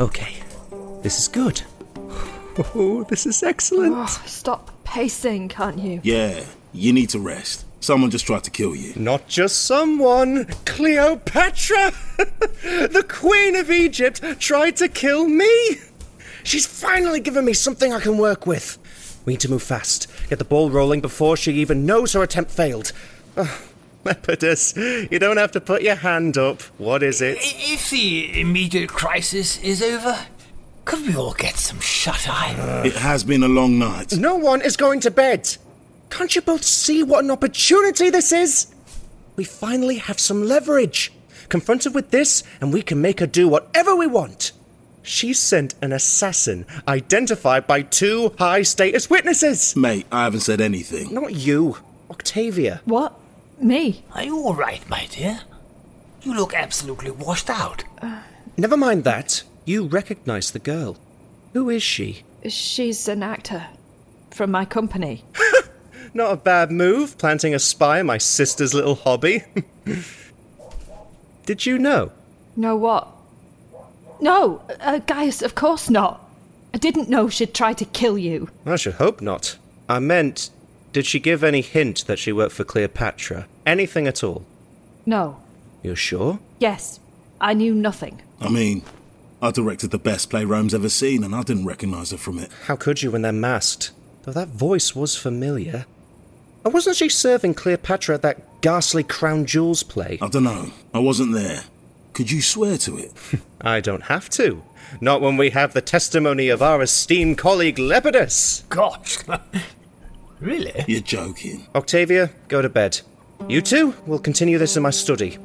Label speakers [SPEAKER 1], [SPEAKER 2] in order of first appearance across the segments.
[SPEAKER 1] Okay, this is good. Oh, this is excellent.
[SPEAKER 2] Oh, stop pacing, can't you?
[SPEAKER 3] Yeah, you need to rest. Someone just tried to kill you.
[SPEAKER 1] Not just someone, Cleopatra! the Queen of Egypt tried to kill me! She's finally given me something I can work with. We need to move fast, get the ball rolling before she even knows her attempt failed. Oh, Lepidus, you don't have to put your hand up. What is it?
[SPEAKER 4] If the immediate crisis is over, could we all get some shut eye?
[SPEAKER 3] It has been a long night.
[SPEAKER 1] No one is going to bed. Can't you both see what an opportunity this is? We finally have some leverage. Confronted with this, and we can make her do whatever we want. She sent an assassin identified by two high status witnesses.
[SPEAKER 3] Mate, I haven't said anything.
[SPEAKER 1] Not you, Octavia.
[SPEAKER 2] What? Me?
[SPEAKER 4] Are you all right, my dear? You look absolutely washed out.
[SPEAKER 1] Never mind that. You recognize the girl. Who is she?
[SPEAKER 2] She's an actor from my company.
[SPEAKER 1] Not a bad move, planting a spy in my sister's little hobby. Did you know?
[SPEAKER 2] Know what? No, uh, Gaius, of course not. I didn't know she'd try to kill you.
[SPEAKER 1] I should hope not. I meant, did she give any hint that she worked for Cleopatra? Anything at all?
[SPEAKER 2] No.
[SPEAKER 1] You're sure?
[SPEAKER 2] Yes, I knew nothing.
[SPEAKER 3] I mean, I directed the best play Rome's ever seen, and I didn't recognise her from it.
[SPEAKER 1] How could you when they're masked? Though that voice was familiar. And wasn't she serving Cleopatra at that ghastly Crown Jewels play?
[SPEAKER 3] I don't know. I wasn't there. Could you swear to it?
[SPEAKER 1] I don't have to. Not when we have the testimony of our esteemed colleague Lepidus.
[SPEAKER 4] Gosh. really?
[SPEAKER 3] You're joking.
[SPEAKER 1] Octavia, go to bed. You two will continue this in my study.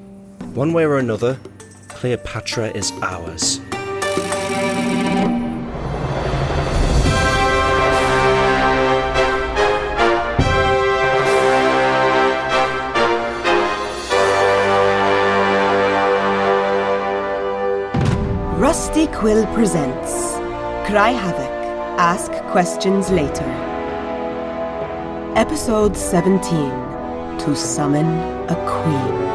[SPEAKER 1] One way or another, Cleopatra is ours.
[SPEAKER 5] Rusty Quill presents Cry Havoc, Ask Questions Later. Episode 17 To Summon a Queen.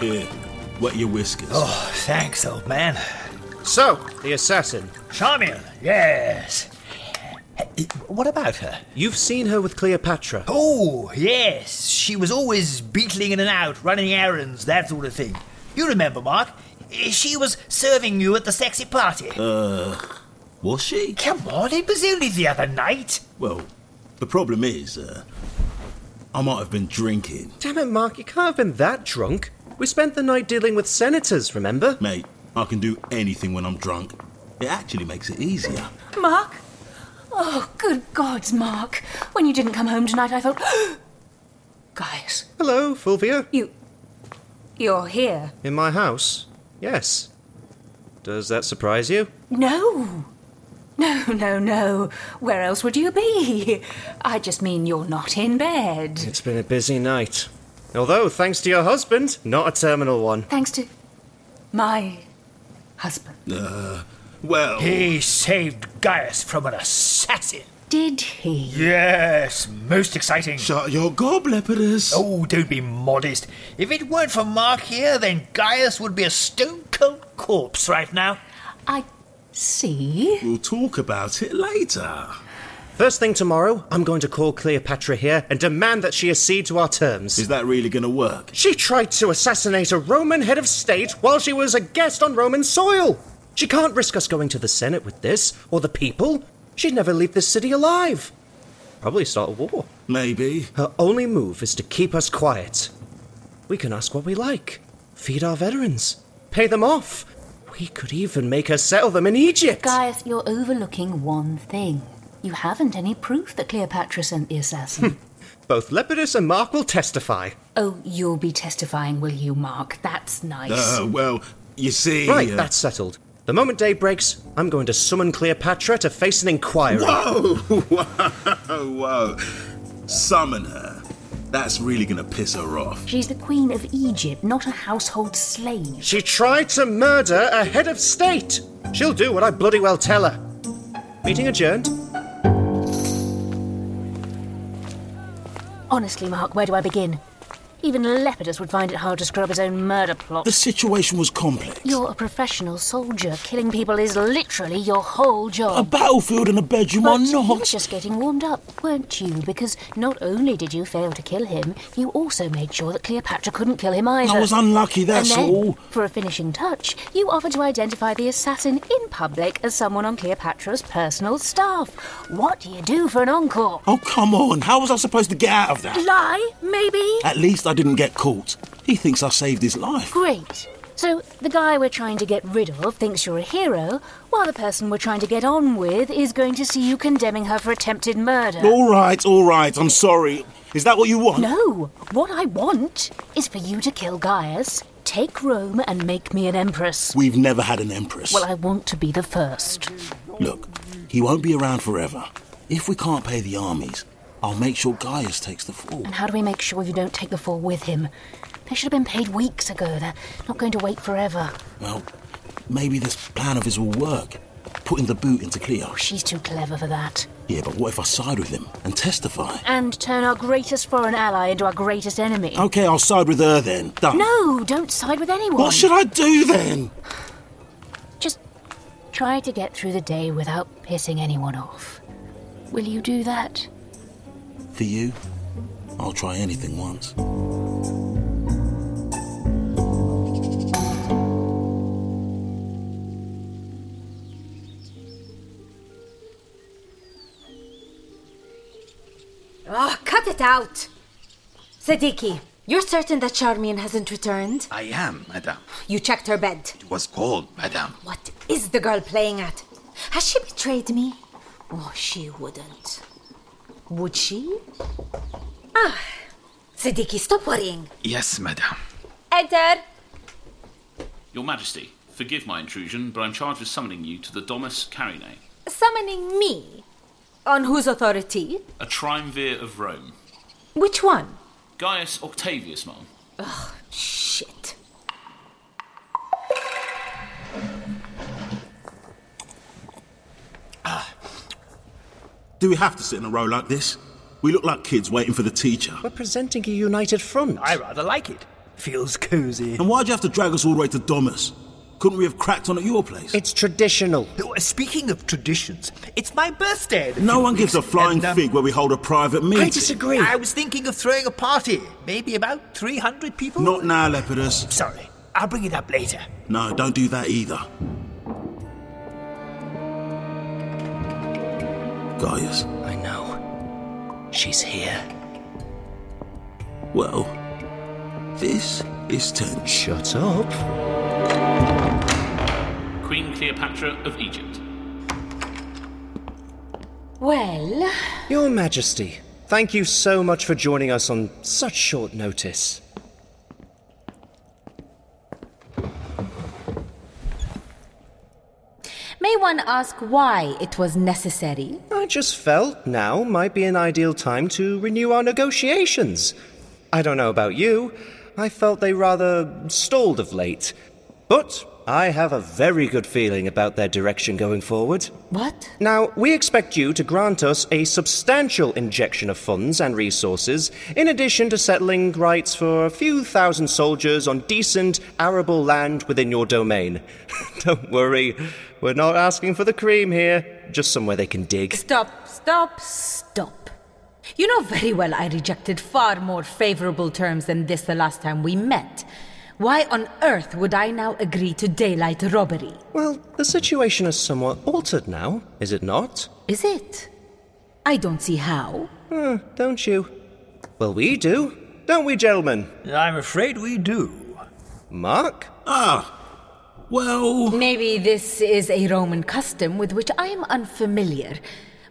[SPEAKER 3] Here, wet your whiskers.
[SPEAKER 4] Oh, thanks, old man.
[SPEAKER 1] So, the assassin.
[SPEAKER 4] Charmian, yes. Hey, What about her?
[SPEAKER 1] You've seen her with Cleopatra.
[SPEAKER 4] Oh, yes. She was always beetling in and out, running errands, that sort of thing. You remember, Mark? She was serving you at the sexy party.
[SPEAKER 3] Was she?
[SPEAKER 4] Come on, it was only the other night.
[SPEAKER 3] Well, the problem is, uh, I might have been drinking.
[SPEAKER 1] Damn it, Mark, you can't have been that drunk. We spent the night dealing with senators, remember?
[SPEAKER 3] Mate, I can do anything when I'm drunk. It actually makes it easier.
[SPEAKER 6] Mark? Oh, good gods, Mark. When you didn't come home tonight, I thought. Guys,
[SPEAKER 1] Hello, Fulvia.
[SPEAKER 6] you. You're here.
[SPEAKER 1] In my house? Yes. Does that surprise you?
[SPEAKER 6] No! No, no, no. Where else would you be? I just mean you're not in bed.
[SPEAKER 1] It's been a busy night. Although, thanks to your husband, not a terminal one.
[SPEAKER 6] Thanks to. my. husband.
[SPEAKER 3] Well,
[SPEAKER 4] He saved Gaius from an assassin.
[SPEAKER 6] Did he?
[SPEAKER 4] Yes, most exciting.
[SPEAKER 3] shut your gob, Lepidus.
[SPEAKER 4] Oh, don't be modest. If it weren't for Mark here, then Gaius would be a stone cold corpse right now.
[SPEAKER 6] I. see?
[SPEAKER 3] We'll talk about it later.
[SPEAKER 1] First thing tomorrow, I'm going to call Cleopatra here and demand that she accede to our terms.
[SPEAKER 3] Is that really going to work?
[SPEAKER 1] She tried to assassinate a Roman head of state while she was a guest on Roman soil. She can't risk us going to the Senate with this, or the people. She'd never leave this city alive. Probably start a war.
[SPEAKER 3] Maybe.
[SPEAKER 1] Her only move is to keep us quiet. We can ask what we like, feed our veterans, pay them off. We could even make her settle them in Egypt.
[SPEAKER 6] Gaius, you're overlooking one thing. You haven't any proof that Cleopatra sent the assassin.
[SPEAKER 1] Both Lepidus and Mark will testify.
[SPEAKER 6] oh, you'll be testifying, will you, Mark? That's nice.
[SPEAKER 3] Uh, well, you see.
[SPEAKER 1] Right,
[SPEAKER 3] uh,
[SPEAKER 1] that's settled. The moment day breaks, I'm going to summon Cleopatra to face an inquiry.
[SPEAKER 3] Whoa! Whoa! Whoa! Summon her. That's really gonna piss her off.
[SPEAKER 6] She's the Queen of Egypt, not a household slave.
[SPEAKER 1] She tried to murder a head of state. She'll do what I bloody well tell her. Meeting adjourned.
[SPEAKER 6] Honestly, Mark, where do I begin? Even Lepidus would find it hard to scrub his own murder plot.
[SPEAKER 3] The situation was complex.
[SPEAKER 6] You're a professional soldier. Killing people is literally your whole
[SPEAKER 3] A
[SPEAKER 6] job.
[SPEAKER 3] battlefield and a bedroom are
[SPEAKER 6] But you were
[SPEAKER 3] not.
[SPEAKER 6] just getting warmed up, weren't you? Because not only did you fail to kill him, you also made sure that Cleopatra couldn't kill him either.
[SPEAKER 3] I was unlucky,
[SPEAKER 6] and
[SPEAKER 3] that's
[SPEAKER 6] then,
[SPEAKER 3] all.
[SPEAKER 6] for a finishing touch, you offered to identify the assassin in public as someone on Cleopatra's personal staff. What do you do for an encore?
[SPEAKER 3] Oh, come on. How was I supposed to get out of that?
[SPEAKER 6] Lie, maybe?
[SPEAKER 3] At least I didn't get caught. He thinks I saved his life.
[SPEAKER 6] Great. So, the guy we're trying to get rid of thinks you're a hero, while the person we're trying to get on with is going to see you condemning her for attempted murder.
[SPEAKER 3] All right, all right. I'm sorry. Is that what you want?
[SPEAKER 6] No, what I want is for you to kill Gaius, take Rome, and make me an empress.
[SPEAKER 3] We've never had an empress.
[SPEAKER 6] Well, I want to be the first.
[SPEAKER 3] Look, he won't be around forever. If we can't pay the armies, I'll make sure Gaius takes the fall.
[SPEAKER 6] And how do we make sure you don't take the fall with him? They should have been paid weeks ago. They're not going to wait forever.
[SPEAKER 3] Well, maybe this plan of his will work. Putting the boot into Cleo.
[SPEAKER 6] She's too clever for that.
[SPEAKER 3] Yeah, but what if I side with him and testify?
[SPEAKER 6] And turn our greatest foreign ally into our greatest enemy.
[SPEAKER 3] Okay, I'll side with her then. Done.
[SPEAKER 6] No, don't side with anyone.
[SPEAKER 3] What should I do then?
[SPEAKER 6] Just try to get through the day without pissing anyone off. Will you do that?
[SPEAKER 3] For you, I'll try anything once.
[SPEAKER 7] Oh, cut it out! Siddiqui, you're certain that Charmian hasn't returned?
[SPEAKER 8] I am, madame.
[SPEAKER 7] You checked her bed.
[SPEAKER 8] It was cold, madame.
[SPEAKER 7] What is the girl playing at? Has she betrayed me? Oh, she wouldn't. Would she? Ah, Siddiqui, stop worrying.
[SPEAKER 8] Yes, madame.
[SPEAKER 7] Enter!
[SPEAKER 9] Your Majesty, forgive my intrusion, but I'm charged with summoning you to the Domus Carinae,
[SPEAKER 7] Summoning me. On whose authority?
[SPEAKER 9] a triumvir of Rome.
[SPEAKER 7] Which one?
[SPEAKER 9] Gaius Octavius, ma'am.
[SPEAKER 7] Shit.
[SPEAKER 3] Do we have to sit in a row like this? We look like kids waiting for the teacher.
[SPEAKER 1] We're presenting a united front.
[SPEAKER 4] I rather like it. Feels cozy.
[SPEAKER 3] And why'd you have to drag us all the way to Domus? Couldn't we have cracked on at your place?
[SPEAKER 1] It's traditional.
[SPEAKER 4] Oh, Speaking of traditions, it's my birthday. in a
[SPEAKER 3] no
[SPEAKER 4] few
[SPEAKER 3] one gives a
[SPEAKER 4] weeks,
[SPEAKER 3] flying
[SPEAKER 4] and, um,
[SPEAKER 3] fig where we hold a private meeting.
[SPEAKER 1] I disagree.
[SPEAKER 4] I was thinking of throwing a party. Maybe about 300 people?
[SPEAKER 3] Not now, Lepidus.
[SPEAKER 4] Sorry, I'll bring it up later.
[SPEAKER 3] No, don't do that either. Gaius,
[SPEAKER 4] I know. She's here.
[SPEAKER 3] well, this is tense.
[SPEAKER 1] Shut up.
[SPEAKER 9] Queen Cleopatra of Egypt.
[SPEAKER 7] Well,
[SPEAKER 1] Your Majesty, thank you so much for joining us on such short notice.
[SPEAKER 7] may one ask why it was necessary?
[SPEAKER 1] I just felt now might be an ideal time to renew our negotiations. I don't know about you, I felt they rather stalled of late. But I have a very good feeling about their direction going forward.
[SPEAKER 7] What?
[SPEAKER 1] Now, we expect you to grant us a substantial injection of funds and resources, in addition to settling rights for a few thousand soldiers on decent, arable land within your domain. Don't worry, we're not asking for the cream here, just somewhere they can dig.
[SPEAKER 7] Stop, stop, stop. You know very well I rejected far more favorable terms than this the last time we met. Why on earth would I now agree to daylight robbery?
[SPEAKER 1] Well, the situation is somewhat altered now, is it not?
[SPEAKER 7] Is it? I don't see how.
[SPEAKER 1] Huh, don't you? Well, we do, don't we, gentlemen?
[SPEAKER 4] I'm afraid we do.
[SPEAKER 1] Mark?
[SPEAKER 3] Ah, well,
[SPEAKER 7] Maybe this is a Roman custom with which I am unfamiliar.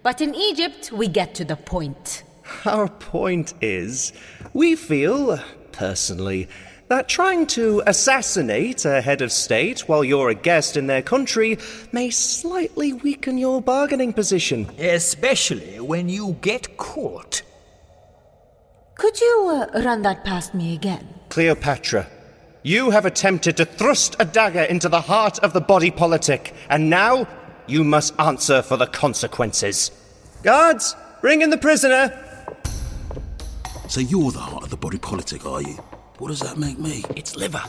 [SPEAKER 7] But in Egypt, we get to the point.
[SPEAKER 1] Our point is, we feel, personally, that trying to assassinate a head of state while you're a guest in their country may slightly weaken your bargaining position.
[SPEAKER 4] Especially when you get caught.
[SPEAKER 7] Could you uh, run that past me again?
[SPEAKER 1] Cleopatra, you have attempted to thrust a dagger into the heart of the body politic, and now you must answer for the consequences. Guards, bring in the prisoner!
[SPEAKER 3] So you're the heart of the body politic, are you? What does that make me? It's liver.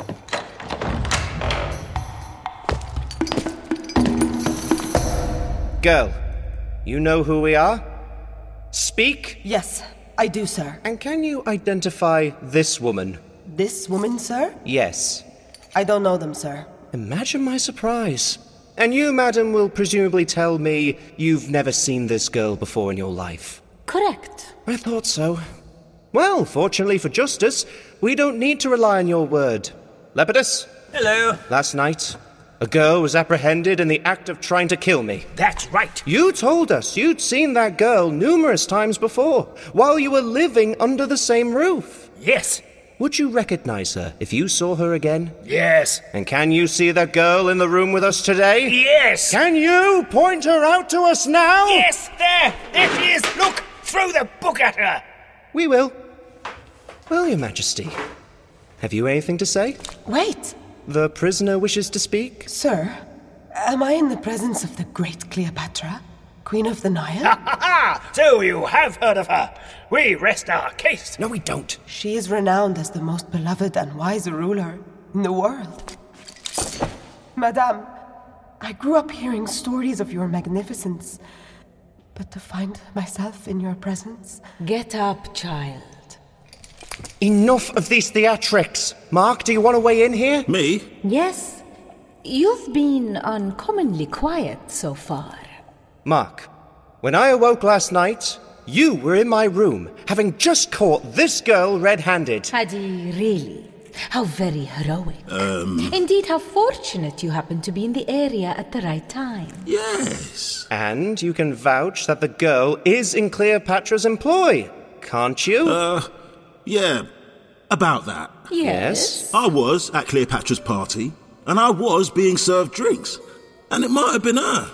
[SPEAKER 1] Girl, you know who we are? Speak,
[SPEAKER 10] Yes, I do, sir.
[SPEAKER 1] and can you identify this woman?
[SPEAKER 10] This woman, sir?
[SPEAKER 1] Yes.
[SPEAKER 10] I don't know them, sir.
[SPEAKER 1] Imagine my surprise. And you, madam, will presumably tell me you've never seen this girl before in your life.
[SPEAKER 7] Correct.
[SPEAKER 1] I thought so. Well, fortunately for justice, we don't need to rely on your word. Lepidus,
[SPEAKER 4] Hello.
[SPEAKER 1] last night, a girl was apprehended in the act of trying to kill me.
[SPEAKER 4] That's right.
[SPEAKER 1] You told us you'd seen that girl numerous times before, while you were living under the same roof.
[SPEAKER 4] Yes.
[SPEAKER 1] Would you recognize her if you saw her again?
[SPEAKER 4] Yes.
[SPEAKER 1] And can you see the girl in the room with us today?
[SPEAKER 4] Yes.
[SPEAKER 1] Can you point her out to us now?
[SPEAKER 4] Yes. There. There she is. Look. Throw the book at her.
[SPEAKER 1] We will. Well, Your Majesty, have you anything to say?
[SPEAKER 10] Wait,
[SPEAKER 1] The prisoner wishes to speak?
[SPEAKER 10] sir. Am I in the presence of the great Cleopatra, Queen of the Nile?
[SPEAKER 4] Ha ha! So you have heard of her. We rest our case.
[SPEAKER 1] No, we don't.
[SPEAKER 10] she is renowned as the most beloved and wise ruler in the world. Madame, I grew up hearing stories of your magnificence, but to find myself in your presence,
[SPEAKER 7] Get up, child.
[SPEAKER 1] Enough of these theatrics. Mark, do you want to weigh in here?
[SPEAKER 3] Me?
[SPEAKER 7] Yes, you've been uncommonly quiet so far.
[SPEAKER 1] Mark, when I awoke last night, you were in my room, having just caught this girl red handed.
[SPEAKER 7] Paddy, really? How very heroic. Um. Indeed, how fortunate you happen to be in the area at the right time.
[SPEAKER 3] Yes.
[SPEAKER 1] And you can vouch that the girl is in Cleopatra's employ, can't you?
[SPEAKER 3] Uh, yeah. About that.
[SPEAKER 1] Yes.
[SPEAKER 3] I was at Cleopatra's party, and I was being served drinks. And it might have been her.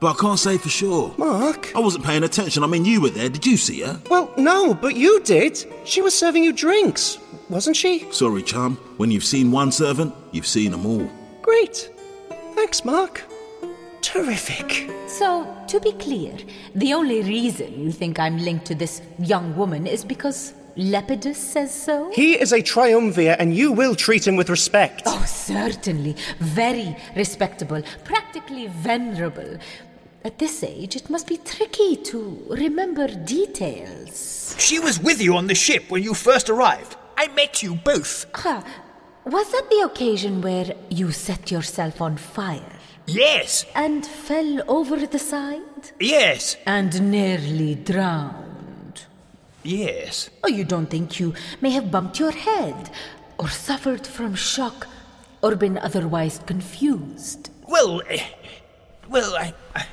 [SPEAKER 3] But I can't say for sure.
[SPEAKER 1] Mark?
[SPEAKER 3] I wasn't paying attention. I mean, you were there. Did you see her?
[SPEAKER 1] Well, no, but you did. She was serving you drinks, wasn't she?
[SPEAKER 3] Sorry, chum. When you've seen one servant, you've seen them all.
[SPEAKER 1] Great. Thanks, Mark. Terrific.
[SPEAKER 7] So, to be clear, the only reason you think I'm linked to this young woman is because Lepidus says so?
[SPEAKER 1] He is a triumvir, and you will treat him with respect.
[SPEAKER 7] Oh, certainly. Very respectable, practically venerable. At this age, it must be tricky to remember details.
[SPEAKER 4] She was with you on the ship when you first arrived. I met you both.
[SPEAKER 7] Ah, was that the occasion where you set yourself on fire
[SPEAKER 4] Yes.
[SPEAKER 7] and fell over the side?
[SPEAKER 4] Yes.
[SPEAKER 7] And nearly drowned.
[SPEAKER 4] Yes.
[SPEAKER 7] Oh, you don't think you may have bumped your head, or suffered from shock, or been otherwise confused?
[SPEAKER 4] Well, eh, well, I, I,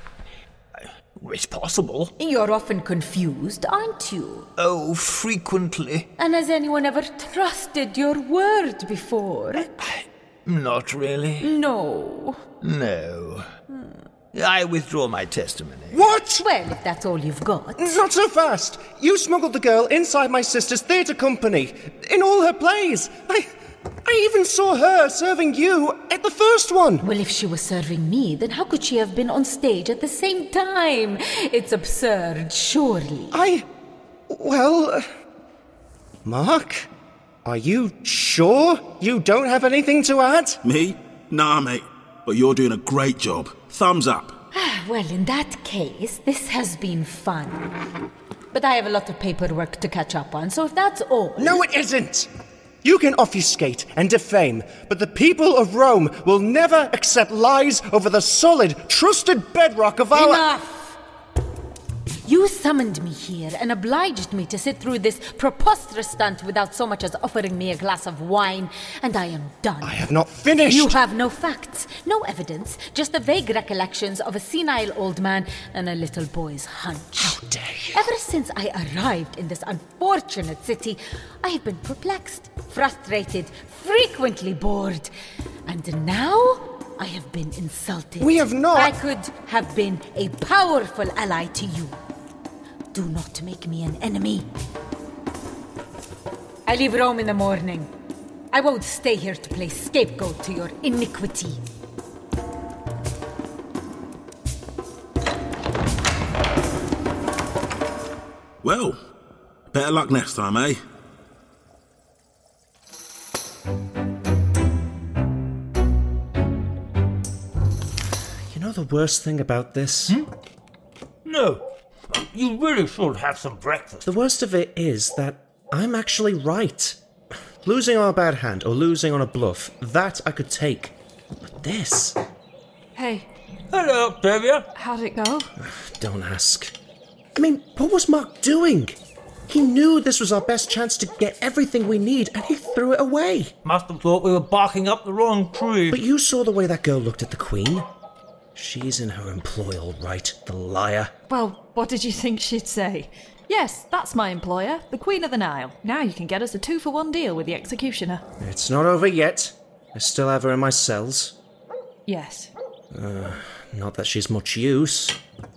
[SPEAKER 4] I- it's possible.
[SPEAKER 7] You're often confused, aren't you?
[SPEAKER 4] Oh, frequently.
[SPEAKER 7] And has anyone ever trusted your word before?
[SPEAKER 4] Not really.
[SPEAKER 7] No.
[SPEAKER 4] No. Hmm. I withdraw my testimony.
[SPEAKER 1] What?
[SPEAKER 7] Well, if that's all you've got.
[SPEAKER 1] Not so fast. You smuggled the girl inside my sister's theatre company, in all her plays. I, I even saw her serving you at the first one.
[SPEAKER 7] Well, if she was serving me, then how could she have been on stage at the same time? It's absurd, surely.
[SPEAKER 1] I, well, uh, Mark, are you sure you don't have anything to add?
[SPEAKER 3] Me? Nah, mate. But you're doing a great job. Thumbs up.
[SPEAKER 7] Ah, well, in that case, this has been fun. But I have a lot of paperwork to catch up on, so if that's all.
[SPEAKER 1] No, it isn't. You can obfuscate and defame, but the people of Rome will never accept lies over the solid, trusted bedrock of our.
[SPEAKER 7] Enough! You summoned me here and obliged me to sit through this preposterous stunt without so much as offering me a glass of wine, and I am done.
[SPEAKER 1] I have not finished.
[SPEAKER 7] You have no facts, no evidence, just the vague recollections of a senile old man and a little boy's hunch. How
[SPEAKER 1] dare you.
[SPEAKER 7] Ever since I arrived in this unfortunate city, I have been perplexed, frustrated, frequently bored, and now I have been insulted.
[SPEAKER 1] We have not-
[SPEAKER 7] I could have been a powerful ally to you. Do not make me an enemy. I leave Rome in the morning. I won't stay here to play scapegoat to your iniquity.
[SPEAKER 3] Well, better luck next time, eh?
[SPEAKER 1] You know the worst thing about this?
[SPEAKER 4] No. You really should have some breakfast.
[SPEAKER 1] The worst of it is that I'm actually right. Losing on a bad hand or losing on a bluff, that I could take. But this?
[SPEAKER 2] Hey,
[SPEAKER 4] Hello, Octavia.
[SPEAKER 2] how'd it go?
[SPEAKER 1] Don't ask. I mean, what was Mark doing? He knew this was our best chance to get everything we need, and he threw it away.
[SPEAKER 4] Must have thought we were barking up the wrong tree.
[SPEAKER 1] But you saw the way that girl looked at the Queen. She's in her employ, all right, the liar.
[SPEAKER 2] Well, what did you think she'd say? Yes, that's my employer, the Queen of the Nile. Now you can get us a two for one deal with the executioner.
[SPEAKER 1] It's not over yet. I still have her in my cells.
[SPEAKER 2] Yes.
[SPEAKER 1] Uh, not that she's much use.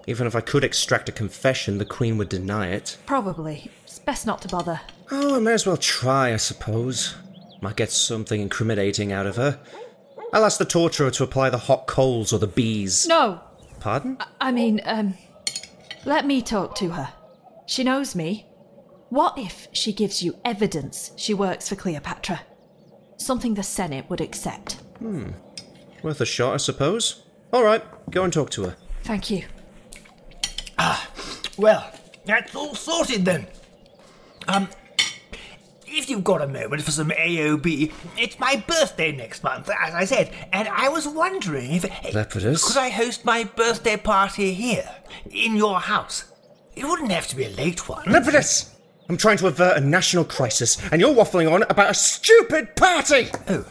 [SPEAKER 1] Even if I could extract a confession, the Queen would deny it.
[SPEAKER 2] Probably. It's best not to bother.
[SPEAKER 1] Oh, I may as well try, I suppose. Might get something incriminating out of her. I'll ask the torturer to apply the hot coals or the bees.
[SPEAKER 2] No,
[SPEAKER 1] Pardon?
[SPEAKER 2] I mean, um, let me talk to her. She knows me. What if she gives you evidence she works for Cleopatra? Something the Senate would accept.
[SPEAKER 1] Hmm. Worth a shot, I suppose. All right, go and talk to her.
[SPEAKER 2] Thank you.
[SPEAKER 4] Well, that's all sorted then. Um, if you've got a moment for some AOB, it's my birthday next month, as I said, and I was wondering if
[SPEAKER 1] Lepidus?
[SPEAKER 4] could I host my birthday party here in your house. It wouldn't have to be a late one.
[SPEAKER 1] Lepidus! I'm trying to avert a national crisis, and you're waffling on about a stupid party!
[SPEAKER 4] Oh,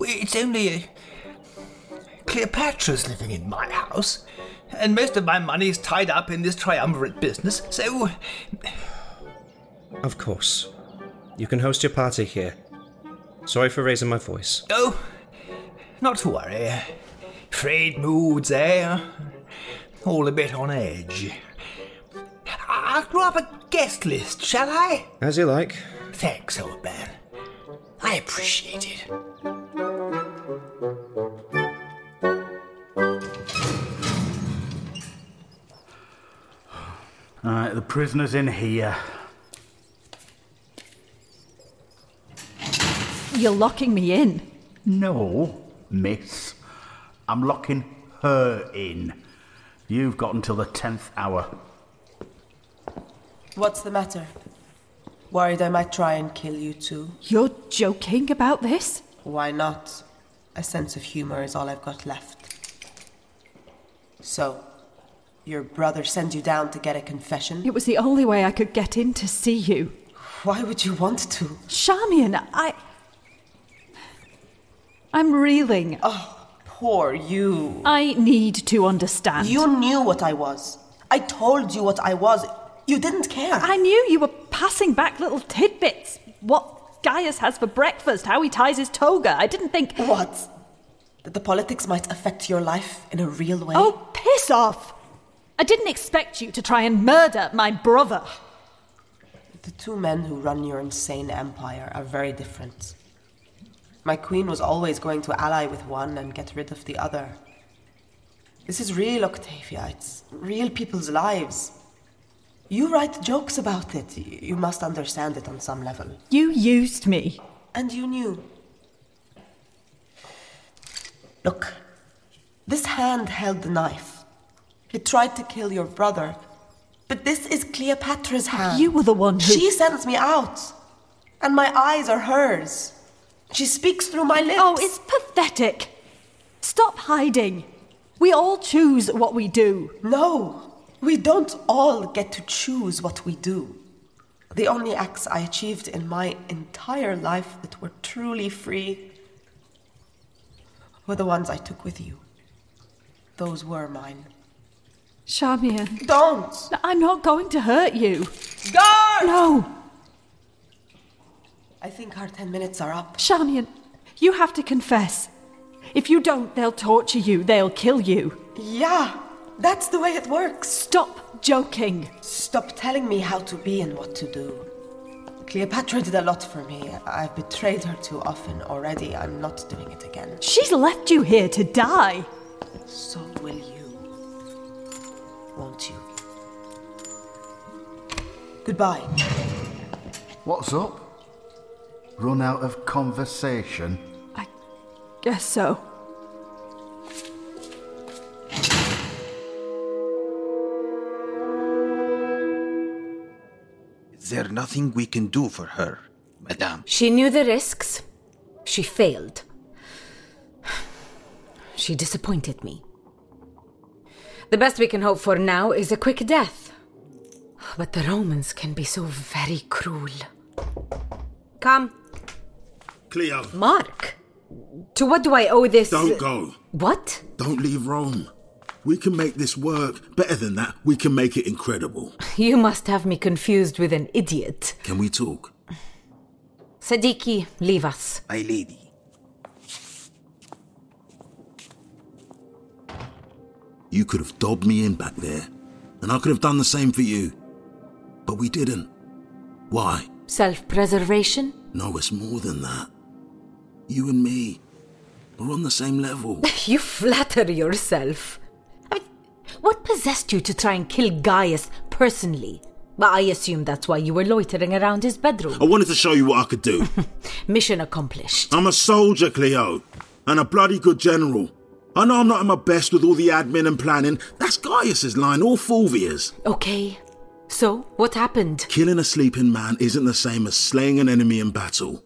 [SPEAKER 4] it's only uh, Cleopatra's living in my house, and most of my money is tied up in this triumvirate business. So,
[SPEAKER 1] Of course. You can host your party here. Sorry for raising my voice.
[SPEAKER 4] oh, not to worry. Frayed moods, eh? All a bit on edge. I- I'll draw up a guest list, shall I?
[SPEAKER 1] As you like.
[SPEAKER 4] Thanks, old man. I appreciate it.
[SPEAKER 11] Alright, the prisoner's in here.
[SPEAKER 2] You're locking me in.
[SPEAKER 11] No, miss. I'm locking her in. You've got until the 10th hour.
[SPEAKER 10] What's the matter? Worried I might try and kill you too?
[SPEAKER 2] You're joking about this?
[SPEAKER 10] Why not? A sense of humor is all I've got left. So, your brother sent you down to get a confession?
[SPEAKER 2] It was the only way I could get in to see you.
[SPEAKER 10] Why would you want to?
[SPEAKER 2] Charmian, I. I'm reeling.
[SPEAKER 10] Oh, poor you.
[SPEAKER 2] I need to understand.
[SPEAKER 10] You knew what I was. I told you what I was. You didn't care.
[SPEAKER 2] I knew you were passing back little tidbits. What Gaius has for breakfast, how he ties his toga. I didn't think.
[SPEAKER 10] What? That the politics might affect your life in a real way?
[SPEAKER 2] Oh, piss off! I didn't expect you to try and murder my brother.
[SPEAKER 10] The two men who run your insane empire are very different. My queen was always going to ally with one and get rid of the other. This is real, Octavia. It's real people's lives. You write jokes about it. Y- You must understand it on some level.
[SPEAKER 2] You used me.
[SPEAKER 10] And you knew. Look, this hand held the knife. It tried to kill your brother, but this is Cleopatra's hand.
[SPEAKER 2] You were the one who.
[SPEAKER 10] She sends me out, and my eyes are hers. She speaks through my lips.
[SPEAKER 2] Oh, it's pathetic. Stop hiding. We all choose what we do.
[SPEAKER 10] No, we don't all get to choose what we do. The only acts I achieved in my entire life that were truly free were the ones I took with you. Those were mine.
[SPEAKER 2] Charmian,
[SPEAKER 10] Don't!
[SPEAKER 2] I'm not going to hurt you.
[SPEAKER 10] Go!
[SPEAKER 2] No,
[SPEAKER 10] I think our ten minutes are up.
[SPEAKER 2] Charmian, you have to confess. If you don't, they'll torture you, they'll kill you.
[SPEAKER 10] Yeah, that's the way it works.
[SPEAKER 2] Stop joking.
[SPEAKER 10] Stop telling me how to be and what to do. Cleopatra did a lot for me. I've betrayed her too often already. I'm not doing it again.
[SPEAKER 2] She's left you here to die.
[SPEAKER 10] So will you. Won't you? Goodbye.
[SPEAKER 11] What's up? Run out of conversation?
[SPEAKER 2] Guess so.
[SPEAKER 8] Is there nothing we can do for her, Madame?
[SPEAKER 7] She knew the risks. She failed. She disappointed me. The best we can hope for now is a quick death. But the Romans can be so very cruel. Come,
[SPEAKER 3] Cleo,
[SPEAKER 7] Mark. To what do I owe this?
[SPEAKER 3] don't go.
[SPEAKER 7] What?
[SPEAKER 3] Don't leave Rome. We can make this work. Better than that, we can make it incredible.
[SPEAKER 7] You must have me confused with an idiot.
[SPEAKER 3] Can we talk?
[SPEAKER 7] Sadiki, leave us.
[SPEAKER 8] My lady.
[SPEAKER 3] You could have dobbed me in back there, and I could have done the same for you. But we didn't. Why?
[SPEAKER 7] Self preservation?
[SPEAKER 3] No, it's more than that. You and me, we're on the same level.
[SPEAKER 7] You flatter yourself. I mean, what possessed you to try and kill Gaius personally? Well, I assume that's why you were loitering around his bedroom.
[SPEAKER 3] I wanted to show you what I could do.
[SPEAKER 7] Mission accomplished.
[SPEAKER 3] I'm a soldier, Cleo, and a bloody good general. I know I'm not at my best with all the admin and planning. That's Gaius's line, or Fulvia's.
[SPEAKER 7] Okay. So, what happened?
[SPEAKER 3] Killing a sleeping man isn't the same as slaying an enemy in battle.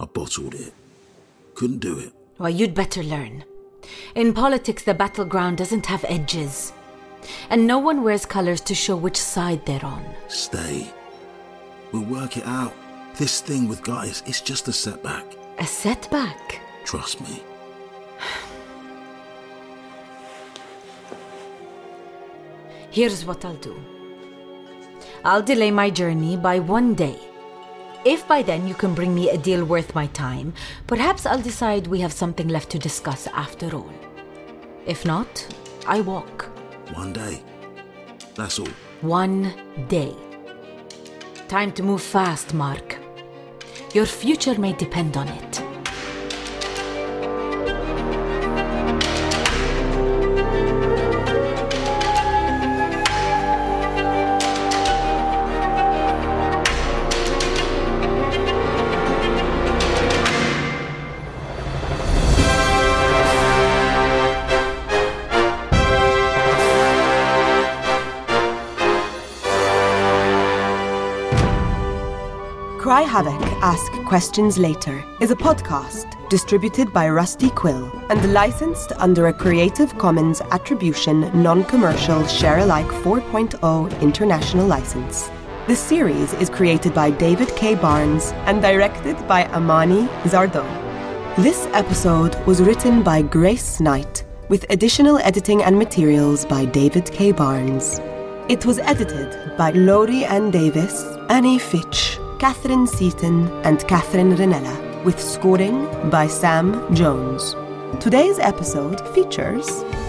[SPEAKER 3] I bottled it. Couldn't do it.
[SPEAKER 7] Well, you'd better learn. In politics, the battleground doesn't have edges. And no one wears colors to show which side they're on.
[SPEAKER 3] Stay. We'll work it out. This thing with Gaius is just a setback.
[SPEAKER 7] A setback?
[SPEAKER 3] Trust me.
[SPEAKER 7] Here's what I'll do I'll delay my journey by one day. If by then you can bring me a deal worth my time, perhaps I'll decide we have something left to discuss after all. If not, I walk.
[SPEAKER 3] One day. That's all.
[SPEAKER 7] One day. Time to move fast, Mark. Your future may depend on it.
[SPEAKER 10] Cry Havoc Ask Questions Later is a podcast distributed by Rusty Quill and licensed under a Creative Commons Attribution Non Commercial Share Alike 4.0 International License. This series is created by David K. Barnes and directed by Amani Zardo. This episode was written by Grace Knight, with additional editing and materials by David K. Barnes. It was edited by Laurie Ann Davis, Annie Fitch, Catherine Seaton, and Catherine Renella, with scoring by Sam Jones. Today's episode features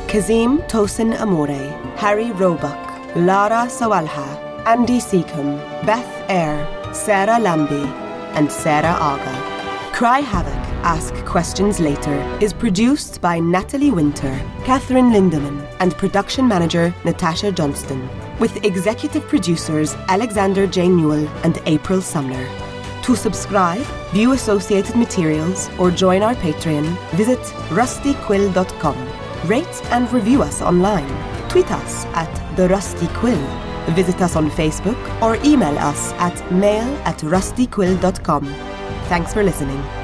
[SPEAKER 10] Kazim Tosin Amore, Harry Roebuck, Lara Sawalha, Andy Seacombe, Beth Eyre, Sarah Lambie, and Sarah Aga. Cry Havoc, Ask Questions Later is produced by Natalie Winter, Catherine Lindemann, and production manager Natasha Johnston, with executive producers Alexander J. Newell and April Sumner. To subscribe, view associated materials, or join our Patreon, visit rustyquill.com. Rate and review us online. Tweet us at The Rusty Quill. Visit us on Facebook or email us at mail at rustyquill.com. Thanks for listening.